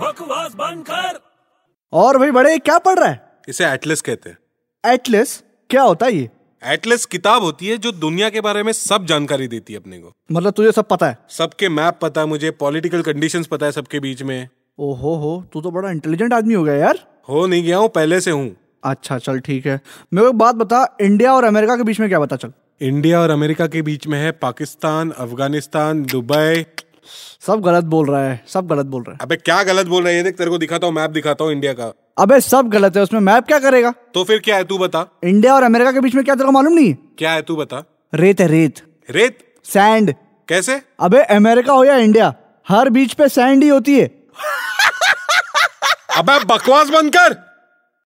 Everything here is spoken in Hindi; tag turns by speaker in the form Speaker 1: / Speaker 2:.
Speaker 1: बकवास बंद कर
Speaker 2: और भाई बड़े क्या पढ़ रहा है
Speaker 3: इसे एटलस कहते हैं
Speaker 2: एटलस क्या होता है ये
Speaker 3: एटलस किताब होती है जो दुनिया के बारे में सब जानकारी देती है अपने को
Speaker 2: मतलब तुझे सब पता है
Speaker 3: सबके मैप पता है मुझे पॉलिटिकल कंडीशंस पता है सबके बीच में
Speaker 2: ओहो हो तू तो बड़ा इंटेलिजेंट आदमी हो गया यार
Speaker 3: हो नहीं गया हूँ पहले से हूँ
Speaker 2: अच्छा चल ठीक है मेरे को एक बात बता इंडिया और अमेरिका के बीच में क्या बता चल
Speaker 3: इंडिया और अमेरिका के बीच में है पाकिस्तान अफगानिस्तान दुबई
Speaker 2: सब गलत बोल रहा है सब गलत बोल रहा है
Speaker 3: अबे क्या गलत बोल रहे हैं देख तेरे को दिखाता हूँ मैप दिखाता हूँ इंडिया का
Speaker 2: अबे सब गलत है उसमें मैप क्या करेगा
Speaker 3: तो फिर क्या है तू बता
Speaker 2: इंडिया और अमेरिका के बीच में क्या तेरे को मालूम नहीं है?
Speaker 3: क्या है तू बता
Speaker 2: रेत है रेत
Speaker 3: रेत
Speaker 2: सैंड
Speaker 3: कैसे
Speaker 2: अबे अमेरिका हो या इंडिया हर बीच पे सैंड ही होती है
Speaker 3: अबे बकवास बंद कर